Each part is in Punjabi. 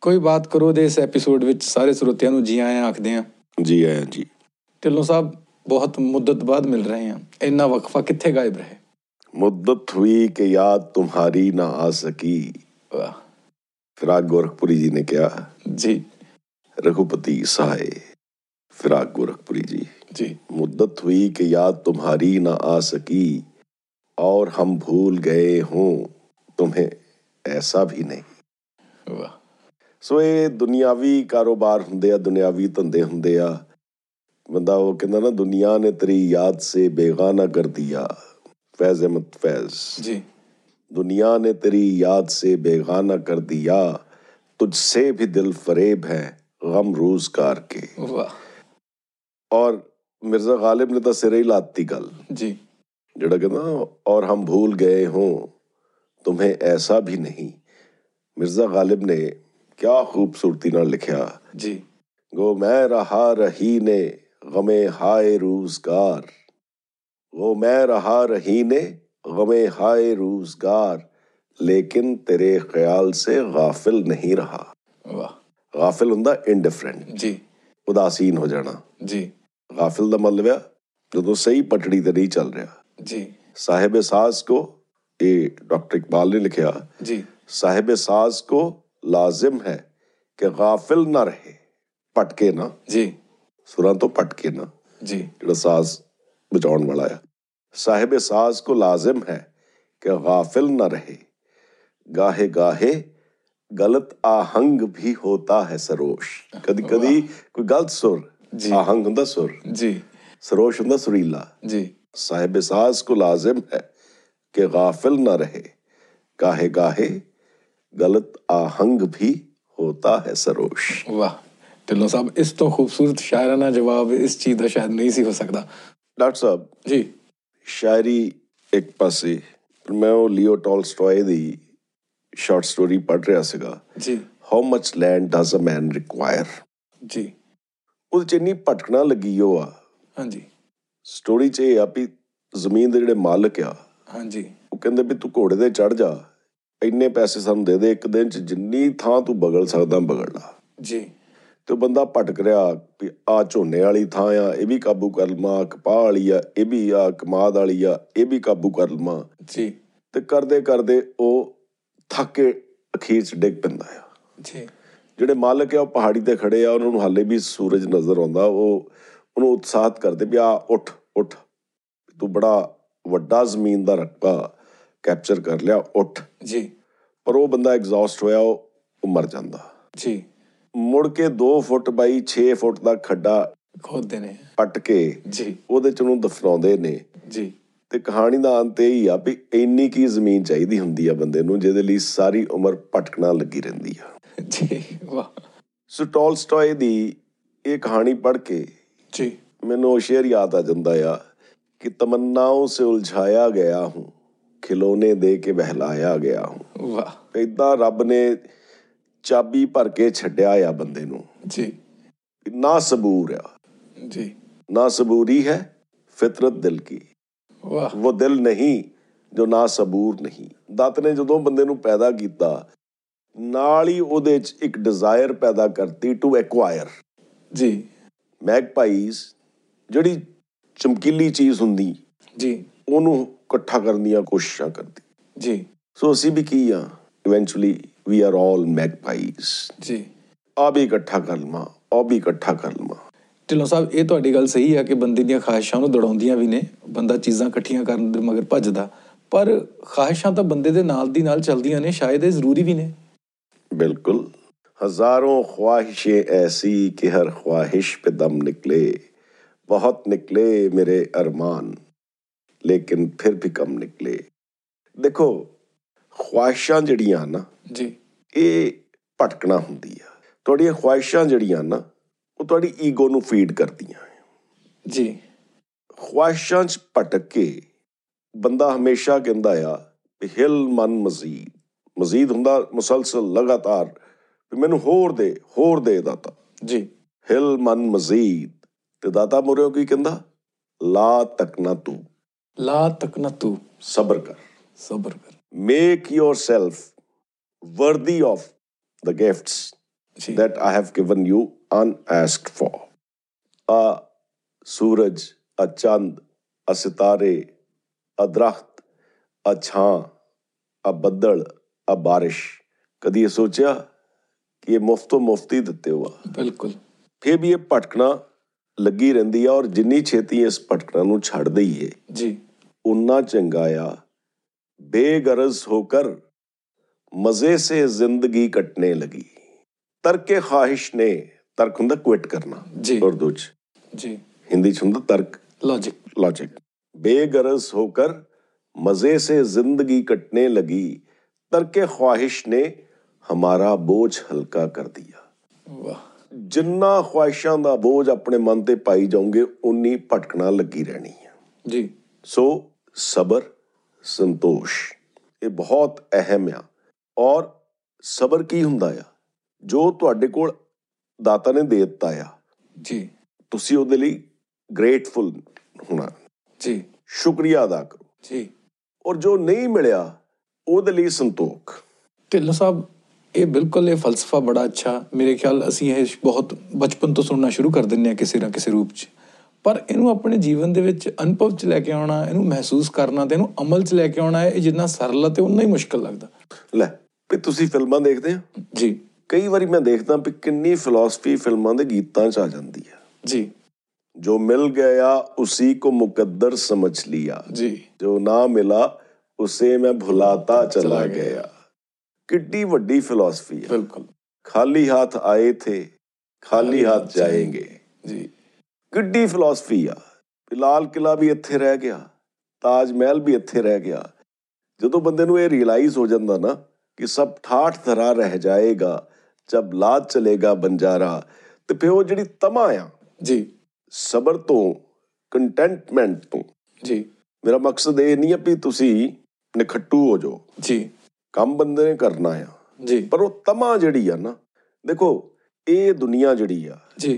ਕੋਈ ਬਾਤ ਕਰੋ ਦੇ ਇਸ ਐਪੀਸੋਡ ਵਿੱਚ ਸਾਰੇ ਸਰੋਤਿਆਂ ਨੂੰ ਜੀ ਆਇਆਂ ਆਖਦੇ ਹਾਂ ਜੀ ਆਇਆਂ ਜੀ ਢਿੱਲੋਂ ਸਾਹਿਬ ਬਹੁਤ ਮੁੱਦਤ ਬਾਅਦ ਮਿਲ ਰਹੇ ਹਾਂ ਇੰਨਾ ਵਕਫਾ ਕਿੱਥੇ ਗਾਇਬ ਰਹੇ मुद्दत हुई कि याद तुम्हारी ना आ सकी वाह फिराक गोरखपुरी जी ने क्या जी रघुपति सहाय फिराक गोरखपुरी जी जी मुद्दत हुई कि याद तुम्हारी ना आ सकी और हम भूल गए हों तुम्हें ऐसा भी नहीं ਵਾਹ ਸੋ ਇਹ ਦੁਨਿਆਵੀ ਕਾਰੋਬਾਰ ਹੁੰਦੇ ਆ ਦੁਨਿਆਵੀ ਧੰਦੇ ਹੁੰਦੇ ਆ ਬੰਦਾ ਉਹ ਕਹਿੰਦਾ ਨਾ ਦੁਨੀਆ ਨੇ ਤੇਰੀ ਯਾਦ ਸੇ ਬੇਗਾਨਾ ਕਰ ਦਿਆ ਫੈਜ਼ ਅਹਿਮਦ ਫੈਜ਼ ਜੀ दुनिया ने तेरी याद से बेगाना कर दिया तुझसे भी दिल फरेब है गम रोजगार के ਵਾਹ और मिर्जा गालिब ने तो सिरे ही लाती गल ਜੀ ਜਿਹੜਾ ਕਹਿੰਦਾ ਨਾ, और हम भूल गए हों तुम्हें ऐसा भी नहीं मिर्जा गालिब ने क्या खूबसूरती ਨਾਲ ਲਿਖਿਆ ਜੀ गो मैं रहा रही ने गमे हाय रोजगार गो मैं रहा रही ने गमे हाय रोजगार लेकिन तेरे ख्याल से गाफिल नहीं रहा ਵਾਹ गाफिल ਹੁੰਦਾ ਇਨਡਿਫਰੈਂਟ ਜੀ ਉਦਾਸੀਨ ਹੋ ਜਾਣਾ ਜੀ ਗਾਫਿਲ ਦਾ ਮਤਲਬ ਆ ਜਦੋਂ ਸਹੀ ਪਟੜੀ ਤੇ ਨਹੀਂ ਚੱਲ ਰਿਹਾ ਜੀ ਸਾਹਿਬ ਸਾਜ਼ ਕੋ ਇਹ ਡਾਕਟਰ ਇਕਬਾਲ ਨੇ ਲਿਖਿਆ ਜੀ ਸਾਹਿਬ ਸਾਜ਼ ਕੋ ਲਾਜ਼ਮ ਹੈ ਕਿ ਗਾਫਿਲ ਨਾ ਰਹੇ ਭਟਕੇ ਨਾ ਜੀ ਸੁਰਾਂ ਤੋਂ ਭਟਕੇ ਨਾ ਜੀ ਜਿਹੜਾ ਸਾਜ਼ ਬਚਾਉਣ ਵਾਲਾ ਆ ਸਾਹਿਬ ਸਾਜ਼ ਕੋ ਲਾਜ਼ਮ ਹੈ ਕਿ ਗਾਫਿਲ ਨਾ ਰਹੇ ਗਾਹੇ ਗਾਹੇ ਗਲਤ ਆਹੰਗ ਵੀ ਹੋਤਾ ਹੈ ਸਰੋਸ਼ ਕਦੀ ਕਦੀ ਕੋਈ ਗਲਤ ਸੁਰ ਜੀ। ਆਹੰਗ ਹੁੰਦਾ ਸੁਰ ਜੀ ਸਰੋਸ਼ ਹੁੰਦਾ ਸੁਰੀਲਾ ਜੀ ਸਾਹਿਬ ਸਾਜ਼ ਕੋ ਲਾਜ਼ਮ ਹੈ ਕਿ ਗਾਫਿਲ ਨਾ ਰਹੇ ਗਾਹੇ ਗਾਹੇ ਗਲਤ ਆਹੰਗ ਵੀ ਹੋਤਾ ਹੈ ਸਰੋਸ਼ ਵਾਹ ਢਿੱਲੋਂ ਸਾਹਿਬ ਇਸ ਤੋਂ ਖੂਬਸੂਰਤ ਸ਼ਾਇਰਾਨਾ ਜਵਾਬ ਇਸ ਚੀਜ਼ ਦਾ ਸ਼ਾਇਦ ਨਹੀਂ ਸੀ ਹੋ ਸਕਦਾ ਡਾਕਟਰ ਸਾਹਿਬ ਜੀ ਸ਼ਾਇਰੀ ਇੱਕ ਪਾਸੇ ਪਰ ਮੈਂ ਉਹ ਲਿਓ ਟਾਲਸਟੋਏ ਦੀ ਸ਼ਾਰਟ ਸਟੋਰੀ ਪੜ੍ਹ ਰਿਹਾ ਸੀਗਾ ਜੀ how much land does a man require ਜੀ ਉਹਦੇ ਚ ਇੰਨੀ ਭਟਕਣਾ ਲੱਗੀ ਉਹ ਆ ਹਾਂਜੀ ਸਟੋਰੀ 'ਚ ਇਹ ਆ ਵੀ ਜ਼ਮੀਨ ਦੇ ਜਿਹੜੇ ਮਾਲਕ ਆ ਹਾਂਜੀ ਉਹ ਕਹਿੰਦੇ ਵੀ ਤੂੰ ਘੋੜੇ ਤੇ ਚੜ ਜਾ ਇੰਨੇ ਪੈਸੇ ਸਾਨੂੰ ਦੇ ਦੇ ਇੱਕ ਦਿਨ 'ਚ ਜਿੰਨੀ ਥਾਂ ਤੂੰ ਬਗਲ ਸਕਦਾ ਬਗਲ ਲਾ ਜੀ ਤੇ ਉਹ ਬੰਦਾ ਭਟਕ ਰਿਹਾ ਵੀ ਆ ਝੋਨੇ ਵਾਲੀ ਥਾਂ ਆ ਇਹ ਵੀ ਕਾਬੂ ਕਰ ਲਵਾਂ ਕਪਾਹ ਵਾਲੀ ਆ ਇਹ ਵੀ ਆ ਕਮਾਦ ਵਾਲੀ ਆ ਇਹ ਵੀ ਕਾਬੂ ਕਰ ਲਵਾਂ ਜੀ ਤੇ ਕਰਦੇ ਕਰਦੇ ਉਹ ਥੱਕੇ ਅਖੀਰ ਚ ਡਿੱਗ ਪੈਂਦਾ ਆ ਜੀ ਜਿਹੜੇ ਮਾਲਕ ਆ ਉਹ ਪਹਾੜੀ ਤੇ ਖੜੇ ਆ ਉਹਨਾਂ ਨੂੰ ਹਾਲੇ ਵੀ ਸੂਰਜ ਨਜ਼ਰ ਆਉਂਦਾ ਉਹ ਉਹਨੂੰ ਉਤਸ਼ਾਹਤ ਕਰਦੇ ਵੀ ਆ ਉੱਠ ਉੱਠ ਤੂੰ ਬੜਾ ਵੱਡਾ ਜ਼ਮੀਨ ਦਾ ਰਕਬਾ ਕੈਪਚਰ ਕਰ ਲਿਆ ਉੱਠ ਜੀ ਪਰ ਉਹ ਬੰਦਾ ਐਗਜ਼ੌਸਟ ਹੋਇਆ ਉਹ ਉਹ ਮਰ ਜਾਂਦਾ ਜੀ ਮੁੜ ਕੇ 2 ਫੁੱਟ ਬਾਈ 6 ਫੁੱਟ ਦਾ ਖੱਡਾ ਖੋਦਦੇ ਨੇ ਪੱਟ ਕੇ ਜੀ ਉਹਦੇ ਚ ਉਹਨੂੰ ਦਫਨਾਉਂਦੇ ਨੇ ਜੀ ਤੇ ਕਹਾਣੀ ਦਾ ਅੰਤ ਇਹ ਹੀ ਆ ਵੀ ਇੰਨੀ ਕੀ ਜ਼ਮੀਨ ਚਾਹੀਦੀ ਹੁੰਦੀ ਆ ਬੰਦੇ ਨੂੰ ਜਿਹਦੇ ਲਈ ਸਾਰੀ ਉਮਰ ਭਟਕਣਾ ਲੱਗੀ ਰਹਿੰਦੀ ਆ ਜੀ ਵਾਹ ਸੋ ਟੋਲਸਟਾਏ ਦੀ ਇਹ ਕਹਾਣੀ ਪੜ੍ਹ ਕੇ ਜੀ ਮੈਨੂੰ ਉਹ ਸ਼ੇਰ ਯਾਦ ਆ ਜਾਂਦਾ ਆ ਕਿ ਤਮੰਨਾओं ਸੇ ਉਲਝਾਇਆ ਗਿਆ ਹੂੰ ਖਿਲੋਨੇ ਦੇ ਕੇ ਬਹਿਲਾਇਆ ਗਿਆ ਹੂੰ ਵਾਹ ਇਦਾਂ ਰੱਬ ਨੇ ਚਾਬੀ ਭਰ ਕੇ ਛੱਡਿਆ ਆ ਬੰਦੇ ਨੂੰ ਜੀ ਨਾ ਸਬੂਰ ਆ ਜੀ ਨਾ ਸਬੂਰੀ ਹੈ ਫਿਤਰਤ ਦਿਲ ਕੀ ਵਾਹ ਉਹ ਦਿਲ ਨਹੀਂ ਜੋ ਨਾ ਸਬੂਰ ਨਹੀਂ ਦਾਤ ਨੇ ਜਦੋਂ ਬੰਦੇ ਨੂੰ ਪੈਦਾ ਕੀਤਾ ਨਾਲ ਹੀ ਉਹਦੇ 'ਚ ਇੱਕ ਡਿਜ਼ਾਇਰ ਪੈਦਾ ਕਰਤੀ ਟੂ ਐਕਵਾਇਰ ਜੀ ਮੈਗਪਾਈਜ਼ ਜਿਹੜੀ ਚਮਕੀਲੀ ਚੀਜ਼ ਹੁੰਦੀ ਜੀ ਉਹਨੂੰ ਇਕੱਠਾ ਕਰਨ ਦੀਆਂ ਕੋਸ਼ਿਸ਼ਾਂ ਕਰਦੀ ਜੀ ਸੋ ਅਸੀਂ ਵੀ ਕੀ ਆ ਇਵੈਂਚੁਅਲੀ ਵੀ ਆਰ ਆਲ ਮੈਗਪਾਈਜ਼ ਜੀ ਆ ਵੀ ਇਕੱਠਾ ਕਰ ਲਵਾਂ ਉਹ ਵੀ ਇਕੱਠਾ ਕਰ ਲਵਾਂ ਢਿੱਲੋਂ ਸਾਹਿਬ ਇਹ ਤੁਹਾਡੀ ਗੱਲ ਸਹੀ ਆ ਕਿ ਬੰਦੇ ਦੀਆਂ ਖਾਹਿਸ਼ਾਂ ਨੂੰ ਦੜਾਉਂਦੀਆਂ ਵੀ ਨੇ ਬੰਦਾ ਚੀਜ਼ਾਂ ਇਕੱਠੀਆਂ ਕਰਨ ਦੇ ਮਗਰ ਭੱਜਦਾ ਪਰ ਖਾਹਿਸ਼ਾਂ ਤਾਂ ਬੰਦੇ ਦੇ ਨਾਲ ਦੀ ਨਾਲ ਚੱਲਦੀਆਂ ਨੇ ਸ਼ਾਇਦ ਇਹ ਜ਼ਰੂਰੀ ਵੀ ਨੇ बिल्कुल हजारों ख्वाहिशें ऐसी कि हर ख्वाहिश पे दम निकले बहुत निकले मेरे अरमान लेकिन फिर भी कम निकले देखो ख्वाहिशां ਜਿਹੜੀਆਂ ਨਾ ਜੀ ਇਹ ਭਟਕਣਾ ਹੁੰਦੀ ਆ ਤੁਹਾਡੀਆਂ ख्वाहिशां ਜਿਹੜੀਆਂ ਨਾ ਉਹ ਤੁਹਾਡੀ ਈਗੋ ਨੂੰ ਫੀਡ ਕਰਦੀਆਂ ਹੈ। ਜੀ ख्वाहिशां 'ਚ ਭਟਕ ਕੇ ਬੰਦਾ ਹਮੇਸ਼ਾ ਕਹਿੰਦਾ ਆ ਵੀ ਹਿਲ ਮਨ ਮਜ਼ੀਦ ਮਜ਼ੀਦ ਹੁੰਦਾ ਮੁਸਲਸਲ ਲਗਾਤਾਰ ਵੀ ਮੈਨੂੰ ਹੋਰ ਦੇ ਹੋਰ ਦੇ ਦਾਤਾ ਜੀ ਹਿਲ ਮਨ ਮਜ਼ੀਦ ਤੇ ਦਾਤਾ ਮੁਰਿਓ ਕੀ ਕਹਿੰਦਾ ਲਾ ਤੱਕਣਾ ਤੂੰ ਲਾ ਤਕਨਾ ਤੂੰ ਸਬਰ ਕਰ ਸਬਰ ਕਰ make yourself worthy of the gifts जी that I have given you unasked for. A suraj, a chand, a sitare, a draht, a chhaan, a baddal, a बारिश कभी ये सोचा कि ये मुफ्तो मुफ्ती ਦਿੱਤੇ हुआ ਬਿਲਕੁਲ ਫਿਰ ਵੀ ਇਹ ਭਟਕਣਾ ਲੱਗੀ ਰਹਿੰਦੀ ਆ ਔਰ ਜਿੰਨੀ ਛੇਤੀ ਇਸ ਭਟਕਣਾ ਨੂੰ ਛੱਡ ਦਈਏ ਜੀ ਉਨਾ ਚੰਗਾ ਆ ਬੇਗਰਜ਼ ਹੋਕਰ ਮਜ਼ੇ ਸੇ ਜ਼ਿੰਦਗੀ ਕਟਨੇ ਲਗੀ ਤਰਕੇ ਖਾਹਿਸ਼ ਨੇ ਤਰਕ ਹੁੰਦਾ ਕੁਇਟ ਕਰਨਾ ਜੀ ਉਰਦੂ ਚ ਜੀ ਹਿੰਦੀ ਚ ਹੁੰਦਾ ਤਰਕ ਲੌਜੀਕ लॉजिक बेगरज होकर मजे से जिंदगी कटने लगी तरके ख्वाहिश ने हमारा बोझ हल्का कर दिया ਵਾਹ ਜਿੰਨਾ ਖੁਆਇਸ਼ਾਂ ਦਾ ਬੋਝ ਆਪਣੇ ਮਨ ਤੇ ਪਾਈ ਜਾਓਗੇ ਉਨੀ ਭਟਕਣਾ ਲੱਗੀ ਰਹਿਣੀ ਹੈ ਜੀ ਸੋ ਸਬਰ ਸੰਤੋਸ਼ ਇਹ ਬਹੁਤ ਅਹਿਮ ਆ ਔਰ ਸਬਰ ਕੀ ਹੁੰਦਾ ਆ ਜੋ ਤੁਹਾਡੇ ਕੋਲ ਦਾਤਾ ਨੇ ਦੇ ਦਿੱਤਾ ਆ ਜੀ ਤੁਸੀਂ ਉਹਦੇ ਲਈ ਗ੍ਰੇਟਫੁਲ ਹੋਣਾ ਜੀ ਸ਼ੁਕਰੀਆ ਅਦਾ ਕਰੋ ਜੀ ਔਰ ਜੋ ਨਹੀਂ ਮਿਲਿਆ ਉਹਦੇ ਲਈ ਸੰਤੋਖ ਢਿੱਲੋਂ ਸਾਹਿਬ ਇਹ ਬਿਲਕੁਲ ਇਹ ਫਲਸਫਾ ਬੜਾ ਅੱਛਾ ਮੇਰੇ ਖਿਆਲ ਅਸੀਂ ਇਹ ਬਹੁਤ ਬਚਪਨ ਤੋਂ ਸੁਣਨਾ ਸ਼ੁਰੂ ਕਰ ਦਿੰਨੇ ਆ ਕਿਸੇ ਨਾ ਕਿਸੇ ਰੂਪ 'ਚ ਪਰ ਇਹਨੂੰ ਆਪਣੇ ਜੀਵਨ ਦੇ ਵਿੱਚ ਅਨੁਭਵ 'ਚ ਲੈ ਕੇ ਆਉਣਾ ਇਹਨੂੰ ਮਹਿਸੂਸ ਕਰਨਾ ਤੇ ਇਹਨੂੰ ਅਮਲ 'ਚ ਲੈ ਕੇ ਆਉਣਾ ਇਹ ਜਿੰਨਾ ਸਰਲ ਆ ਤੇ ਉਨਾ ਹੀ ਮੁਸ਼ਕਲ ਲੱਗਦਾ ਲੈ ਵੀ ਤੁਸੀਂ ਫਿਲਮਾਂ ਦੇਖਦੇ ਹੋ ਜੀ ਕਈ ਵਾਰੀ ਮੈਂ ਦੇਖਦਾ ਵੀ ਕਿੰਨੀ ਫਿਲਾਸਫੀ ਫਿਲਮਾਂ ਦੇ ਗੀਤਾਂ 'ਚ ਆ ਜਾਂਦੀ ਹੈ ਜੀ ਜੋ ਮਿਲ ਗਿਆ ਉਸੀ ਕੋ ਮੁਕੱਦਰ ਸਮਝ ਲਿਆ ਜੀ ਜੋ ਨਾ ਮਿਲਾ ਉਸੇ ਮੈਂ ਭੁਲਾਤਾ ਚਲਾ ਗਿਆ ਕਿੱਡੀ ਵੱਡੀ ਫਿਲਾਸਫੀ ਹੈ ਬਿਲਕੁਲ ਖਾਲੀ ਹੱਥ ਆਏ ਥੇ ਖਾਲੀ ਹੱਥ ਜਾਏਂਗੇ ਜੀ ਕਿੱਡੀ ਫਿਲਾਸਫੀ ਆ ਵੀ ਲਾਲ ਕਿਲਾ ਵੀ ਇੱਥੇ ਰਹਿ ਗਿਆ ਤਾਜ ਮਹਿਲ ਵੀ ਇੱਥੇ ਰਹਿ ਗਿਆ ਜਦੋਂ ਬੰਦੇ ਨੂੰ ਇਹ ਰਿਅਲਾਈਜ਼ ਹੋ ਜਾਂਦਾ ਨਾ ਕਿ ਸਭ ਠਾਠ ਧਰਾ ਰਹਿ ਜਾਏਗਾ ਜਬ ਲਾਜ ਚਲੇਗਾ ਬੰਜਾਰਾ ਤੇ ਫਿਰ ਉਹ ਜਿਹੜੀ ਤਮਾ ਆ ਜੀ ਸਬਰ ਤੋਂ ਕੰਟੈਂਟਮੈਂਟ ਤੋਂ ਜੀ ਮੇਰਾ ਮਕਸਦ ਇਹ ਨਹੀਂ ਆ ਵੀ ਤੁਸੀਂ ਨਿਖੱਟੂ ਹੋ ਜਾਓ ਜੀ ਕੰਮ ਬੰਦੇ ਨੇ ਕਰਨਾ ਆ ਜੀ ਪਰ ਉਹ ਤਮਾ ਜਿਹੜੀ ਆ ਨਾ ਦੇਖੋ ਇਹ ਦੁਨੀਆ ਜਿਹੜੀ ਆ ਜੀ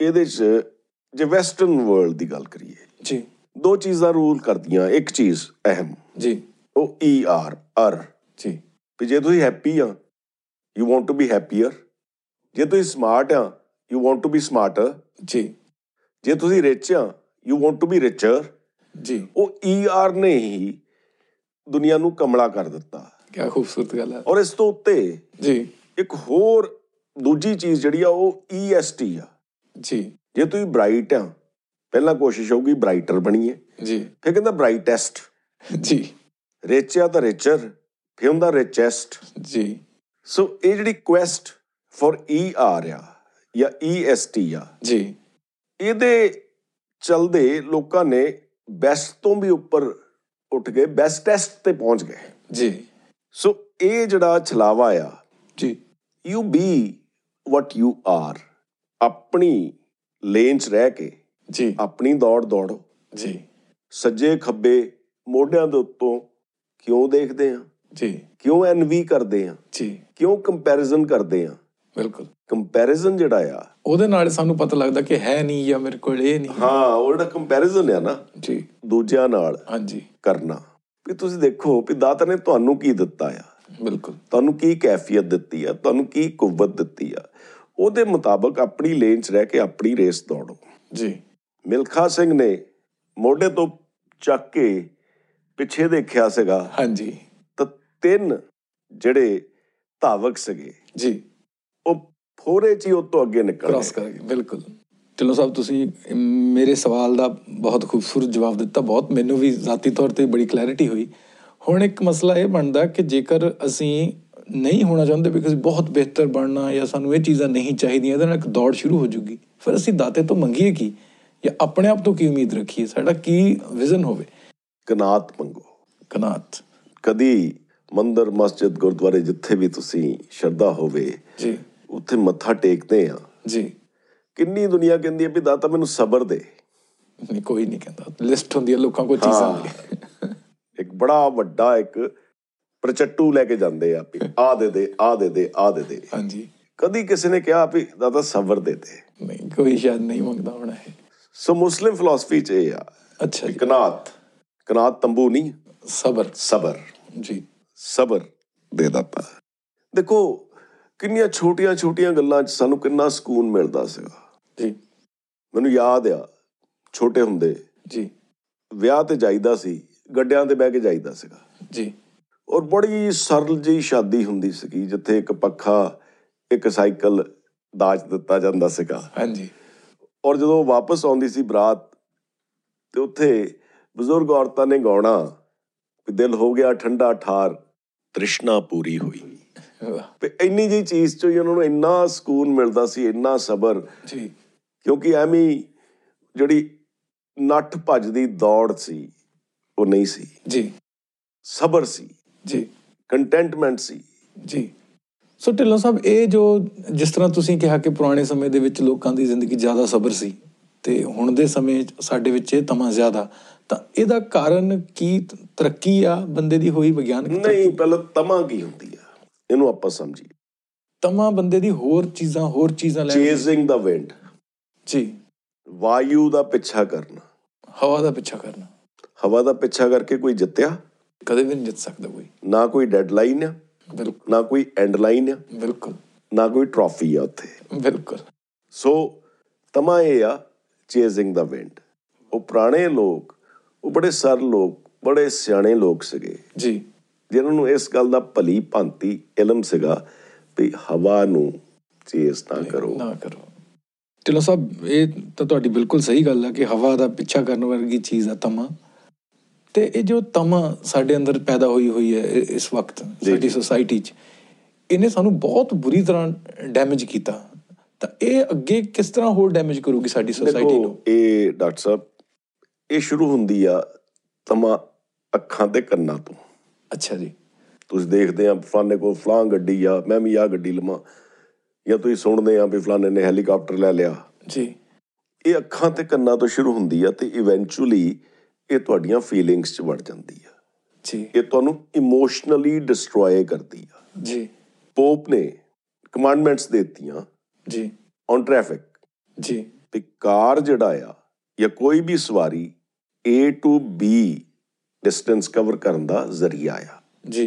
ਇਹਦੇ 'ਚ ਜੇ ਵੈਸਟਰਨ ਵਰਲਡ ਦੀ ਗੱਲ ਕਰੀਏ ਜੀ ਦੋ ਚੀਜ਼ਾਂ ਰੂਲ ਕਰਦੀਆਂ ਇੱਕ ਚੀਜ਼ ਅਹਿਮ ਜੀ ਉਹ ਈ ਆਰ ਅਰ ਜੀ ਵੀ ਜੇ ਤੁਸੀਂ ਹੈਪੀ ਆ you want to be happier ਜੇ ਤੁਸੀਂ ਸਮਾਰਟ ਆ you want to be smarter ਜੀ ਜੇ ਤੁਸੀਂ ਰਿਚ ਆ you want to be richer ਜੀ ਉਹ ਈ ਆਰ ਨੇ ਹੀ ਦੁਨੀਆ ਨੂੰ ਕਮਲਾ ਕਰ ਦਿੱਤਾ ਕੀ ਖੂਬਸੂਰਤ ਗੱਲ ਹੈ ਔਰ ਇਸ ਤੋਂ ਉੱਤੇ ਜੀ ਇੱਕ ਹੋਰ ਦੂਜੀ ਚੀਜ਼ ਜਿਹੜੀ ਆ ਉਹ ਈ ਐਸ ਟੀ ਆ ਜੀ ਜੇ ਤੁਸੀਂ ਬ੍ਰਾਈਟ ਆ ਪਹਿਲਾਂ ਕੋਸ਼ਿਸ਼ ਹੋਊਗੀ ਬ੍ਰਾਈਟਰ ਬਣੀਏ ਜੀ ਫਿਰ ਕਹਿੰਦਾ ਬ੍ਰਾਈਟੈਸਟ ਜੀ ਰਿਚ ਆ ਤਾਂ ਰਿਚਰ ਫਿਰ ਹੁੰਦਾ ਰਿਚੈਸਟ ਜੀ ਸੋ ਇਹ ਜਿਹੜੀ ਕੁਐਸਟ ਫॉर ਈ ਆਰ ਆ ਜਾਂ ਈ ਐਸ ਟੀ ਆ ਜੀ ਇਹਦੇ ਚਲਦੇ ਲੋਕਾਂ ਨੇ ਬੈਸਟ ਤੋਂ ਵੀ ਉੱਪਰ ਉੱਠ ਗਏ ਬੈਸਟੈਸਟ ਤੇ ਪਹੁੰਚ ਗਏ ਜੀ ਸੋ ਇਹ ਜਿਹੜਾ ਛਲਾਵਾ ਆ ਜੀ you be what you are ਆਪਣੀ ਲੇਨ 'ਚ ਰਹਿ ਕੇ ਜੀ ਆਪਣੀ ਦੌੜ ਦੌੜੋ ਜੀ ਸੱਜੇ ਖੱਬੇ ਮੋਢਿਆਂ ਦੇ ਉੱਤੋਂ ਕਿਉਂ ਦੇਖਦੇ ਆ ਜੀ ਕਿਉਂ ਐਨਵੀ ਕਰਦੇ ਆ ਜੀ ਕਿਉਂ ਕੰਪੈਰੀਜ਼ਨ ਕਰਦੇ ਆ ਬਿਲਕੁਲ ਕੰਪੈਰੀਜ਼ਨ ਜਿਹੜਾ ਆ ਉਹਦੇ ਨਾਲ ਸਾਨੂੰ ਪਤਾ ਲੱਗਦਾ ਕਿ ਹੈ ਨਹੀਂ ਜਾਂ ਮੇਰੇ ਕੋਲ ਇਹ ਨਹੀਂ ਹਾਂ ਉਹ ਜਿਹੜਾ ਕੰਪੈਰੀਜ਼ਨ ਆ ਨਾ ਜੀ ਦੂਜਿਆਂ ਨਾਲ ਹਾਂਜੀ ਕਰਨਾ ਵੀ ਤੁਸੀਂ ਦੇਖੋ ਵੀ ਦਾਤਾ ਨੇ ਤੁਹਾਨੂੰ ਕੀ ਦਿੱਤਾ ਆ ਬਿਲਕੁਲ ਤੁਹਾਨੂੰ ਕੀ ਕੈਫੀਅਤ ਦਿੱਤੀ ਆ ਤੁਹਾਨੂੰ ਕੀ ਕੁਵਤ ਦਿੱਤੀ ਆ ਉਹਦੇ ਮੁਤਾਬਕ ਆਪਣੀ ਲੇਨ 'ਚ ਰਹਿ ਕੇ ਆਪਣੀ ਰੇਸ ਦੌੜੋ ਜੀ ਮਿਲਖਾ ਸਿੰਘ ਨੇ ਮੋਢੇ ਤੋਂ ਚੱਕ ਕੇ ਪਿੱਛੇ ਦੇਖਿਆ ਸੀਗਾ ਹਾਂਜੀ ਤਾਂ ਤਿੰਨ ਜਿਹੜੇ ਧਾਵਕ ਸੀਗੇ ਜੀ ਉਹ ਫੋਰੇ 'ਚ ਹੀ ਉਹ ਤੋਂ ਅੱਗੇ ਨਿਕਲ ਕ੍ਰਾਸ ਗਏ ਕਰਕੇ ਬਿਲਕੁਲ ਚਲੋ ਸਾਹਿਬ ਤੁਸੀਂ ਮੇਰੇ ਸਵਾਲ ਦਾ ਬਹੁਤ ਖੂਬਸੂਰਤ ਜਵਾਬ ਦਿੱਤਾ ਬਹੁਤ ਮੈਨੂੰ ਵੀ ذاتی ਤੌਰ ਤੇ ਬੜੀ ਕਲੈਰਿਟੀ ਹੋਈ ਹੁਣ ਇੱਕ ਮਸਲਾ ਇਹ ਬਣਦਾ ਕਿ ਜੇਕਰ ਅਸੀਂ ਨਹੀਂ ਹੋਣਾ ਚਾਹੁੰਦੇ ਵੀ ਅਸੀਂ ਬਹੁਤ ਬਿਹਤਰ ਬਣਨਾ ਜਾਂ ਸਾਨੂੰ ਇਹ ਚੀਜ਼ਾਂ ਨਹੀਂ ਚਾਹੀਦੀਆਂ ਇਹਦੇ ਨਾਲ ਇੱਕ ਦੌੜ ਸ਼ੁਰੂ ਹੋ ਜੂਗੀ ਫਿਰ ਅਸੀਂ ਦਾਤੇ ਤੋਂ ਮੰਗੀਏ ਕੀ ਜਾਂ ਆਪਣੇ ਆਪ ਤੋਂ ਕੀ ਉਮੀਦ ਰੱਖੀਏ ਸਾਡਾ ਕੀ ਵਿਜ਼ਨ ਹੋਵੇ ਕਨਾਤ ਮੰਗੋ ਕਨਾਤ ਕਦੀ ਮੰਦਰ ਮਸਜਿਦ ਗੁਰਦੁਆਰੇ ਜਿੱਥੇ ਵੀ ਤੁਸੀਂ ਸ਼ਰਧਾ ਹੋਵੇ ਜੀ ਉੱਥੇ ਮੱਥਾ ਟੇਕਦੇ ਆ ਜੀ ਕਿੰਨੀ ਦੁਨੀਆ ਕਹਿੰਦੀ ਹੈ ਵੀ ਦਾਤਾ ਮੈਨੂੰ ਸਬਰ ਦੇ ਨਹੀਂ ਕੋਈ ਨਹੀਂ ਕਹਿੰਦਾ ਲਿਸਟ ਹੁੰਦੀ ਹੈ ਲੋਕਾਂ ਕੋਲ ਚੀਜ਼ਾਂ ਦੀ ਇੱਕ ਬੜਾ ਵੱਡਾ ਇੱਕ ਪ੍ਰਚੱਟੂ ਲੈ ਕੇ ਜਾਂਦੇ ਆ ਵੀ ਆ ਦੇ ਦੇ ਆ ਦੇ ਦੇ ਆ ਦੇ ਦੇ ਹਾਂਜੀ ਕਦੀ ਕਿਸੇ ਨੇ ਕਿਹਾ ਵੀ ਦਾਤਾ ਸਬਰ ਦੇ ਦੇ ਨਹੀਂ ਕੋਈ ਸ਼ਾਇਦ ਨਹੀਂ ਮੰਗਦਾ ਹੋਣਾ ਇਹ ਸੋ ਮੁਸਲਿਮ ਫਿਲਾਸਫੀ ਚ ਇਹ ਆ ਅੱਛਾ ਵੀ ਜੀ ਕਨਾਤ ਕਨਾਤ ਤੰਬੂ ਨਹੀਂ ਸਬਰ ਸਬਰ ਜੀ ਸਬਰ ਦੇ ਦਾਤਾ ਦੇਖੋ ਕਿੰਨੀਆਂ ਛੋਟੀਆਂ ਛੋਟੀਆਂ ਗੱਲਾਂ 'ਚ ਸਾਨੂੰ ਕਿੰਨਾ ਸਕੂਨ ਮਿਲਦਾ ਸੀਗਾ ਜੀ ਮੈਨੂੰ ਯਾਦ ਆ ਛੋਟੇ ਹੁੰਦੇ ਜੀ ਵਿਆਹ ਤੇ ਜਾਈਦਾ ਸੀ ਗੱਡਿਆਂ ਤੇ ਬਹਿ ਕੇ ਜਾਈਦਾ ਸੀਗਾ ਜੀ ਔਰ ਬੜੀ ਸਰਲ ਜਿਹੀ ਸ਼ਾਦੀ ਹੁੰਦੀ ਸੀਗੀ ਜਿੱਥੇ ਇੱਕ ਪੱਖਾ ਇੱਕ ਸਾਈਕਲ ਦਾਜ ਦਿੱਤਾ ਜਾਂਦਾ ਸੀਗਾ ਹਾਂਜੀ ਔਰ ਜਦੋਂ ਵਾਪਸ ਆਉਂਦੀ ਸੀ ਬਰਾਤ ਤੇ ਉੱਥੇ ਬਜ਼ੁਰਗ ਔਰਤਾਂ ਨੇ ਗਾਉਣਾ ਵੀ ਦਿਲ ਹੋ ਗਿਆ ਠੰਡਾ ਠਾਰ ਤ੍ਰਿਸ਼ਨਾ ਪੂਰੀ ਹੋਈ ਵਾਹ, ਵੀ ਇੰਨੀ ਜਿਹੀ ਚੀਜ਼ ਚੋਂ ਹੀ ਉਹਨਾਂ ਨੂੰ ਇੰਨਾ ਸਕੂਨ ਮਿਲਦਾ ਸੀ ਇੰਨਾ ਸਬਰ ਜੀ ਕਿਉਂਕਿ ਐਵੇਂ ਹੀ ਜਿਹੜੀ ਨੱਠ ਭੱਜ ਦੀ ਦੌੜ ਸੀ ਉਹ ਨਹੀਂ ਸੀ ਜੀ ਸਬਰ ਸੀ ਜੀ ਕੰਟੈਂਟਮੈਂਟ ਸੀ ਜੀ ਸੋ ਢਿੱਲੋਂ ਸਾਹਿਬ ਇਹ ਜੋ ਜਿਸ ਤਰ੍ਹਾਂ ਤੁਸੀਂ ਕਿਹਾ ਕਿ ਪੁਰਾਣੇ ਸਮੇਂ ਦੇ ਵਿੱਚ ਲੋਕਾਂ ਦੀ ਜ਼ਿੰਦਗੀ ਜ਼ਿਆਦਾ ਸਬਰ ਸੀ ਤੇ ਹੁਣ ਦੇ ਸਮੇਂ 'ਚ ਸਾਡੇ ਵਿੱਚ ਇਹ ਤਮਾ ਜ਼ਿਆਦਾ ਤਾਂ ਇਹਦਾ ਕਾਰਨ ਕੀ ਤ- ਤਰੱਕੀ ਆ ਬੰਦੇ ਦੀ ਹੋਈ ਵਿਗਿਆਨਕ ਤਰੱਕੀ? ਨਹੀਂ ਪਹਿਲਾਂ ਤਮਾ ਕੀ ਹੁੰਦੀ ਆ ਇਹਨੂੰ ਆਪਾਂ ਸਮਝੀਏ ਤਮਾ ਬੰਦੇ ਦੀ ਹੋਰ ਚੀਜ਼ਾਂ ਹੋਰ ਚੀਜ਼ਾਂ ਲੈਣ ਦੀ- ਚੇਜ਼ਿੰਗ ਦਾ ਵਿੰਡ ਜੀ ਵਾਯੂ ਦਾ ਪਿੱਛਾ ਕਰਨਾ ਹਵਾ ਦਾ ਪਿੱਛਾ ਕਰਨਾ ਹਵਾ ਦਾ ਪਿੱਛਾ ਕਰਕੇ ਕੋਈ ਜਿੱਤਿਆ ਕਦੇ ਵੀ ਨਹੀਂ ਜਿੱਤ ਸਕਦਾ ਕੋਈ ਨਾ ਕੋਈ ਡੈਡਲਾਈਨ ਆ ਬਿਲਕੁਲ ਨਾ ਕੋਈ ਐਂਡ ਲਾਈਨ ਆ ਬਿਲਕੁਲ ਨਾ ਕੋਈ ਟਰਾਫੀ ਆ ਉੱਥੇ ਬਿਲਕੁਲ ਸੋ ਤਮਾ ਇਹ ਆ ਚੇਜ਼ਿੰਗ ਦਾ ਵਿੰਡ ਉਹ ਪੁਰਾਣੇ ਲੋਕ ਉਹ ਬੜੇ ਸਰਲ ਲੋਕ ਬੜੇ ਸਿਆਣੇ ਲੋਕ ਸੀਗੇ ਜੀ ਜਿਨ੍ਹਾਂ ਨੂੰ ਇਸ ਗੱਲ ਦਾ ਭਲੀ ਭਾਂਤੀ ਇਲਮ ਸੀਗਾ ਵੀ ਹਵਾ ਨੂੰ ਚੇਜ਼ ਨਾ ਕਰੋ ਨਾ ਕਰੋ ਢਿੱਲੋਂ ਸਾਹਿਬ ਇਹ ਤਾਂ ਤੁਹਾਡੀ ਬਿਲਕੁਲ ਸਹੀ ਗੱਲ ਆ ਕਿ ਹਵਾ ਦਾ ਪਿੱਛਾ ਕਰਨ ਵਰਗੀ ਚੀਜ਼ ਆ ਤਮਾ ਤੇ ਇਹ ਜੋ ਤਮਾ ਸਾਡੇ ਅੰਦਰ ਪੈਦਾ ਹੋਈ ਹੋਈ ਹੈ ਇ- ਇਸ ਵਕਤ ਜੀ। ਸਾਡੀ ਸੁਸਾਇਟੀ 'ਚ ਇਹਨੇ ਸਾਨੂੰ ਬਹੁਤ ਬੁਰੀ ਤਰ੍ਹਾਂ ਡੈਮੇਜ ਕੀਤਾ ਤਾਂ ਇਹ ਅੱਗੇ ਕਿਸ ਤਰ੍ਹਾਂ ਹੋਰ ਡੈਮੇਜ ਕਰੂਗੀ ਸਾਡੀ ਸੁਸਾਇਟੀ ਨੂੰ ਦੇਖੋ ਇਹ ਡਾਕਟਰ ਸਾਹਿਬ ਇਹ ਸ਼ੁਰੂ ਹੁੰਦੀ ਆ ਤਮਾ ਅੱਖਾਂ ਤੇ ਕੰਨਾਂ ਤੋਂ ਅੱਛਾ ਜੀ ਤੁਸੀਂ ਦੇਖਦੇ ਆ ਫਲਾਣੇ ਕੋਲ ਫਲਾਂ ਗੱਡੀ ਆ ਮੈਂ ਵੀ ਆ ਗੱਡੀ ਲਵਾਂ ਜਾਂ ਤੁਸੀਂ ਸੁਣਦੇ ਆ ਵੀ ਫਲਾਣੇ ਨੇ ਹੈਲੀਕਾਪਟਰ ਲੈ ਲਿਆ ਜੀ ਇਹ ਅੱਖਾਂ ਤੇ ਕੰਨਾਂ ਤੋਂ ਸ਼ੁਰੂ ਹੁੰਦੀ ਆ ਤੇ ਇਵੈਂਚੁਅਲੀ ਇਹ ਤੁਹਾਡੀਆਂ ਫੀਲਿੰਗਸ 'ਚ ਵੜ ਜਾਂਦੀ ਆ ਜੀ ਇਹ ਤੁਹਾਨੂੰ ਇਮੋਸ਼ਨਲੀ ਡਿਸਟਰੋਏ ਕਰਦੀ ਆ ਜੀ ਪੋਪ ਨੇ ਕਮਾਂਡਮੈਂਟਸ ਦਿੱਤੀਆਂ ਜੀ ਔਨ ਟ੍ਰੈਫਿਕ ਜੀ ਵੀ ਕਾਰ ਜਿਹੜਾ ਆ ਜਾਂ ਕੋਈ ਵੀ ਸਵਾਰੀ A to B distance cover ਕਰਨ ਦਾ ਜ਼ਰੀਆ ਆ ਜੀ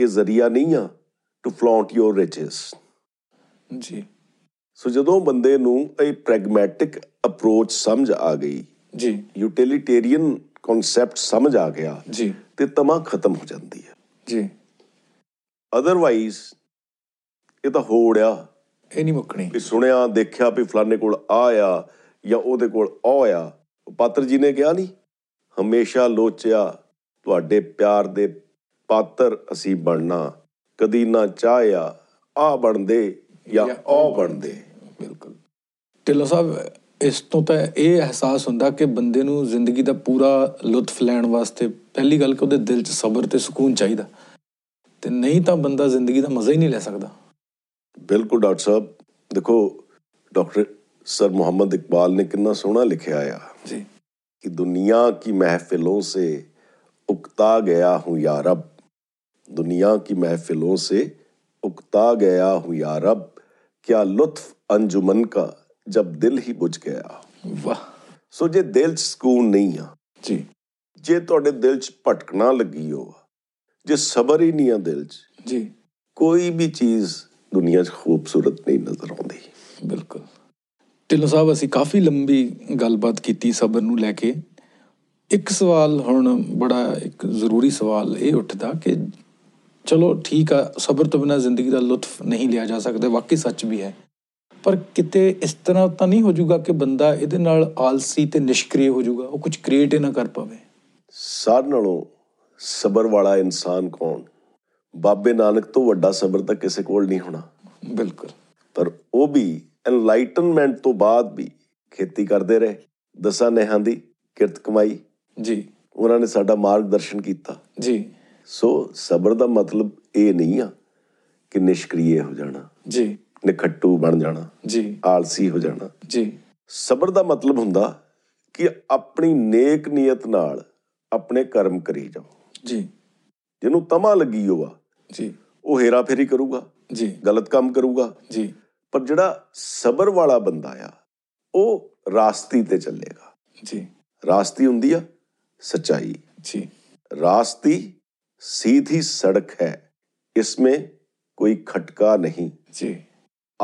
ਇਹ ਜ਼ਰੀਆ ਨਹੀਂ ਆ ਟੂ ਫਲੌਂਟ ਯੋਰ ਰਿਚਸ ਜੀ ਸੋ ਜਦੋਂ ਬੰਦੇ ਨੂੰ ਇਹ ਪ੍ਰੈਗਮੈਟਿਕ ਅਪਰੋਚ ਸਮਝ ਆ ਗਈ ਜੀ ਯੂਟਿਲਿਟੇਰੀਅਨ ਕਨਸੈਪਟ ਸਮਝ ਆ ਗਿਆ ਜੀ ਤੇ ਤਮਾ ਖਤਮ ਹੋ ਜਾਂਦੀ ਹੈ ਜੀ ਅਦਰਵਾਈਜ਼ ਇਹ ਤਾਂ ਹੋੜ ਆ ਇਹ ਨਹੀਂ ਮੁੱਕਣੀ ਵੀ ਸੁਣਿਆ ਦੇਖਿਆ ਵੀ ਫਲਾਣੇ ਕੋਲ ਆ ਆ ਜਾਂ ਉਹਦੇ ਕੋਲ ਉਹ ਆ ਪਾਤਰ ਜੀ ਨੇ ਕਿਹਾ ਨਹੀਂ ਹਮੇਸ਼ਾ ਲੋਚਿਆ ਤੁਹਾਡੇ ਪਿਆਰ ਦੇ ਪਾਤਰ ਅਸੀਂ ਬਣਨਾ ਕਦੀ ਨਾ ਚਾਹਿਆ ਆ ਬਣਦੇ ਜਾਂ ਜਾਂ ਉਹ ਬਣਦੇ ਬਿਲਕੁਲ ਢਿੱਲੋਂ ਸਾਹਿਬ ਇਸ ਤੋਂ ਤਾਂ ਇਹ ਅਹਿਸਾਸ ਹੁੰਦਾ ਕਿ ਬੰਦੇ ਨੂੰ ਜ਼ਿੰਦਗੀ ਦਾ ਪੂਰਾ ਲੁਤਫ ਲੈਣ ਵਾਸਤੇ ਪਹਿਲੀ ਗੱਲ ਕਿ ਉਹਦੇ ਦਿਲ 'ਚ ਸਬਰ ਤੇ ਸਕੂਨ ਚਾਹੀਦਾ ਤੇ ਨਹੀਂ ਤਾਂ ਬੰਦਾ ਜ਼ਿੰਦਗੀ ਦਾ ਮਜ਼ਾ ਹੀ ਨਹੀਂ ਲੈ ਸਕਦਾ ਬਿਲਕੁਲ ਡਾਕਟਰ ਸਾਹਿਬ ਦੇਖੋ ਡਾਕਟਰ ਸਰ ਮੁਹੰਮਦ ਇਕਬਾਲ ਨੇ ਕਿੰਨਾ ਸੋਹਣਾ ਲਿਖਿਆ ਆ ਜੀ कि दुनिया की महफिलों से उकता गया हूँ या रब दुनिया की महफिलों से उकता गया हूँ या रब क्या लुत्फ अंजुमन का जब दिल ही बुझ गया ਵਾਹ सो जे दिल च सुकून नहीं आ ਜੀ जे ਤੁਹਾਡੇ ਦਿਲ ਚ ਭਟਕਣਾ ਲੱਗੀ ਹੋ ਜੇ ਸਬਰ ਹੀ ਨਹੀਂ ਆ ਦਿਲ ਚ ਜੀ ਕੋਈ ਵੀ ਚੀਜ਼ ਦੁਨੀਆ ਚ ਖੂਬਸੂਰਤ ਨਹੀਂ ਨਜ਼ਰ ਆਉਂਦੀ ਬਿਲਕੁਲ ਢਿੱਲੋਂ ਸਾਹਿਬ ਅਸੀਂ ਕਾਫੀ ਲੰਬੀ ਗੱਲਬਾਤ ਕੀਤੀ ਸਬਰ ਨੂੰ ਲੈ ਕੇ ਇੱਕ ਸਵਾਲ ਹੁਣ ਬੜਾ ਇੱਕ ਜ਼ਰੂਰੀ ਸਵਾਲ ਇਹ ਉੱਠਦਾ ਕਿ ਚਲੋ ਠੀਕ ਆ ਸਬਰ ਤੋਂ ਬਿਨਾਂ ਜ਼ਿੰਦਗੀ ਦਾ ਲੁਤਫ ਨਹੀਂ ਲਿਆ ਜਾ ਸਕਦਾ ਵਾਕਈ ਸੱਚ ਵੀ ਹੈ ਪਰ ਕਿਤੇ ਇਸ ਤਰ੍ਹਾਂ ਤਾਂ ਨਹੀਂ ਹੋ ਜਾਊਗਾ ਕਿ ਬੰਦਾ ਇਹਦੇ ਨਾਲ ਆਲਸੀ ਤੇ ਨਿਸ਼ਕਰੀ ਹੋ ਜਾਊਗਾ ਉਹ ਕੁਝ ਕ੍ਰੀਏਟ ਹੀ ਨਾ ਕਰ ਪਾਵੇ ਸਾਰ ਨਾਲੋਂ ਸਬਰ ਵਾਲਾ ਇਨਸਾਨ ਕੌਣ ਬਾਬੇ ਨਾਨਕ ਤੋਂ ਵੱਡਾ ਸਬਰ ਤਾਂ ਕਿਸੇ ਕੋਲ ਨਹੀਂ ਹੋਣਾ ਬਿਲਕੁਲ ਪਰ ਉਹ ਵੀ ਐਨਲਾਈਟਨਮੈਂਟ ਤੋਂ ਬਾਅਦ ਵੀ ਖੇਤੀ ਕਰਦੇ ਰਹੇ ਦਸਾਂ ਨੇਹਾਂ ਦੀ ਕਿਰਤ ਕਮਾਈ ਜੀ ਉਹਨਾਂ ਨੇ ਸਾਡਾ ਮਾਰਗਦਰਸ਼ਨ ਕੀਤਾ ਜੀ ਸੋ ਸਬਰ ਦਾ ਮਤਲਬ ਇਹ ਨਹੀਂ ਆ ਕਿ ਨਿਸ਼ਕਰੀਏ ਹੋ ਜਾਣਾ ਜੀ ਨਿਖੱਟੂ ਬਣ ਜਾਣਾ ਜੀ ਆਲਸੀ ਹੋ ਜਾਣਾ ਜੀ ਸਬਰ ਦਾ ਮਤਲਬ ਹੁੰਦਾ ਕਿ ਆਪਣੀ ਨੇਕ ਨੀਅਤ ਨਾਲ ਆਪਣੇ ਕਰਮ ਕਰੀ ਜਾਓ ਜੀ ਜਿਹਨੂੰ ਤਮਾ ਲੱਗੀ ਹੋਵਾ ਜੀ ਉਹ ਹੇਰਾ ਫੇਰੀ ਕਰੂਗਾ ਜੀ ਗਲਤ ਕੰਮ ਕਰੂਗਾ ਜੀ ਪਰ ਜਿਹੜਾ ਸਬਰ ਵਾਲਾ ਬੰਦਾ ਆ ਉਹ ਰਾਸਤੀ ਤੇ ਚੱਲੇਗਾ ਜੀ ਰਾਸਤੀ ਹੁੰਦੀ ਆ ਸਚਾਈ ਜੀ ਰਾਸਤੀ सीधी सड़क है इसमें कोई खटका नहीं जी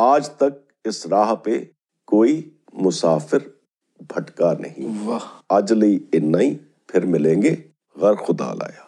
आज तक इस राह पे ਕੋਈ ਮੁਸਾਫਿਰ ਭਟਕਾ ਨਹੀਂ ਵਾਹ ਅੱਜ ਲਈ ਇੰਨਾ ਹੀ ਫਿਰ ਮਿਲਾਂਗੇ ਗਰ ਖੁਦਾ ਲਾਇਆ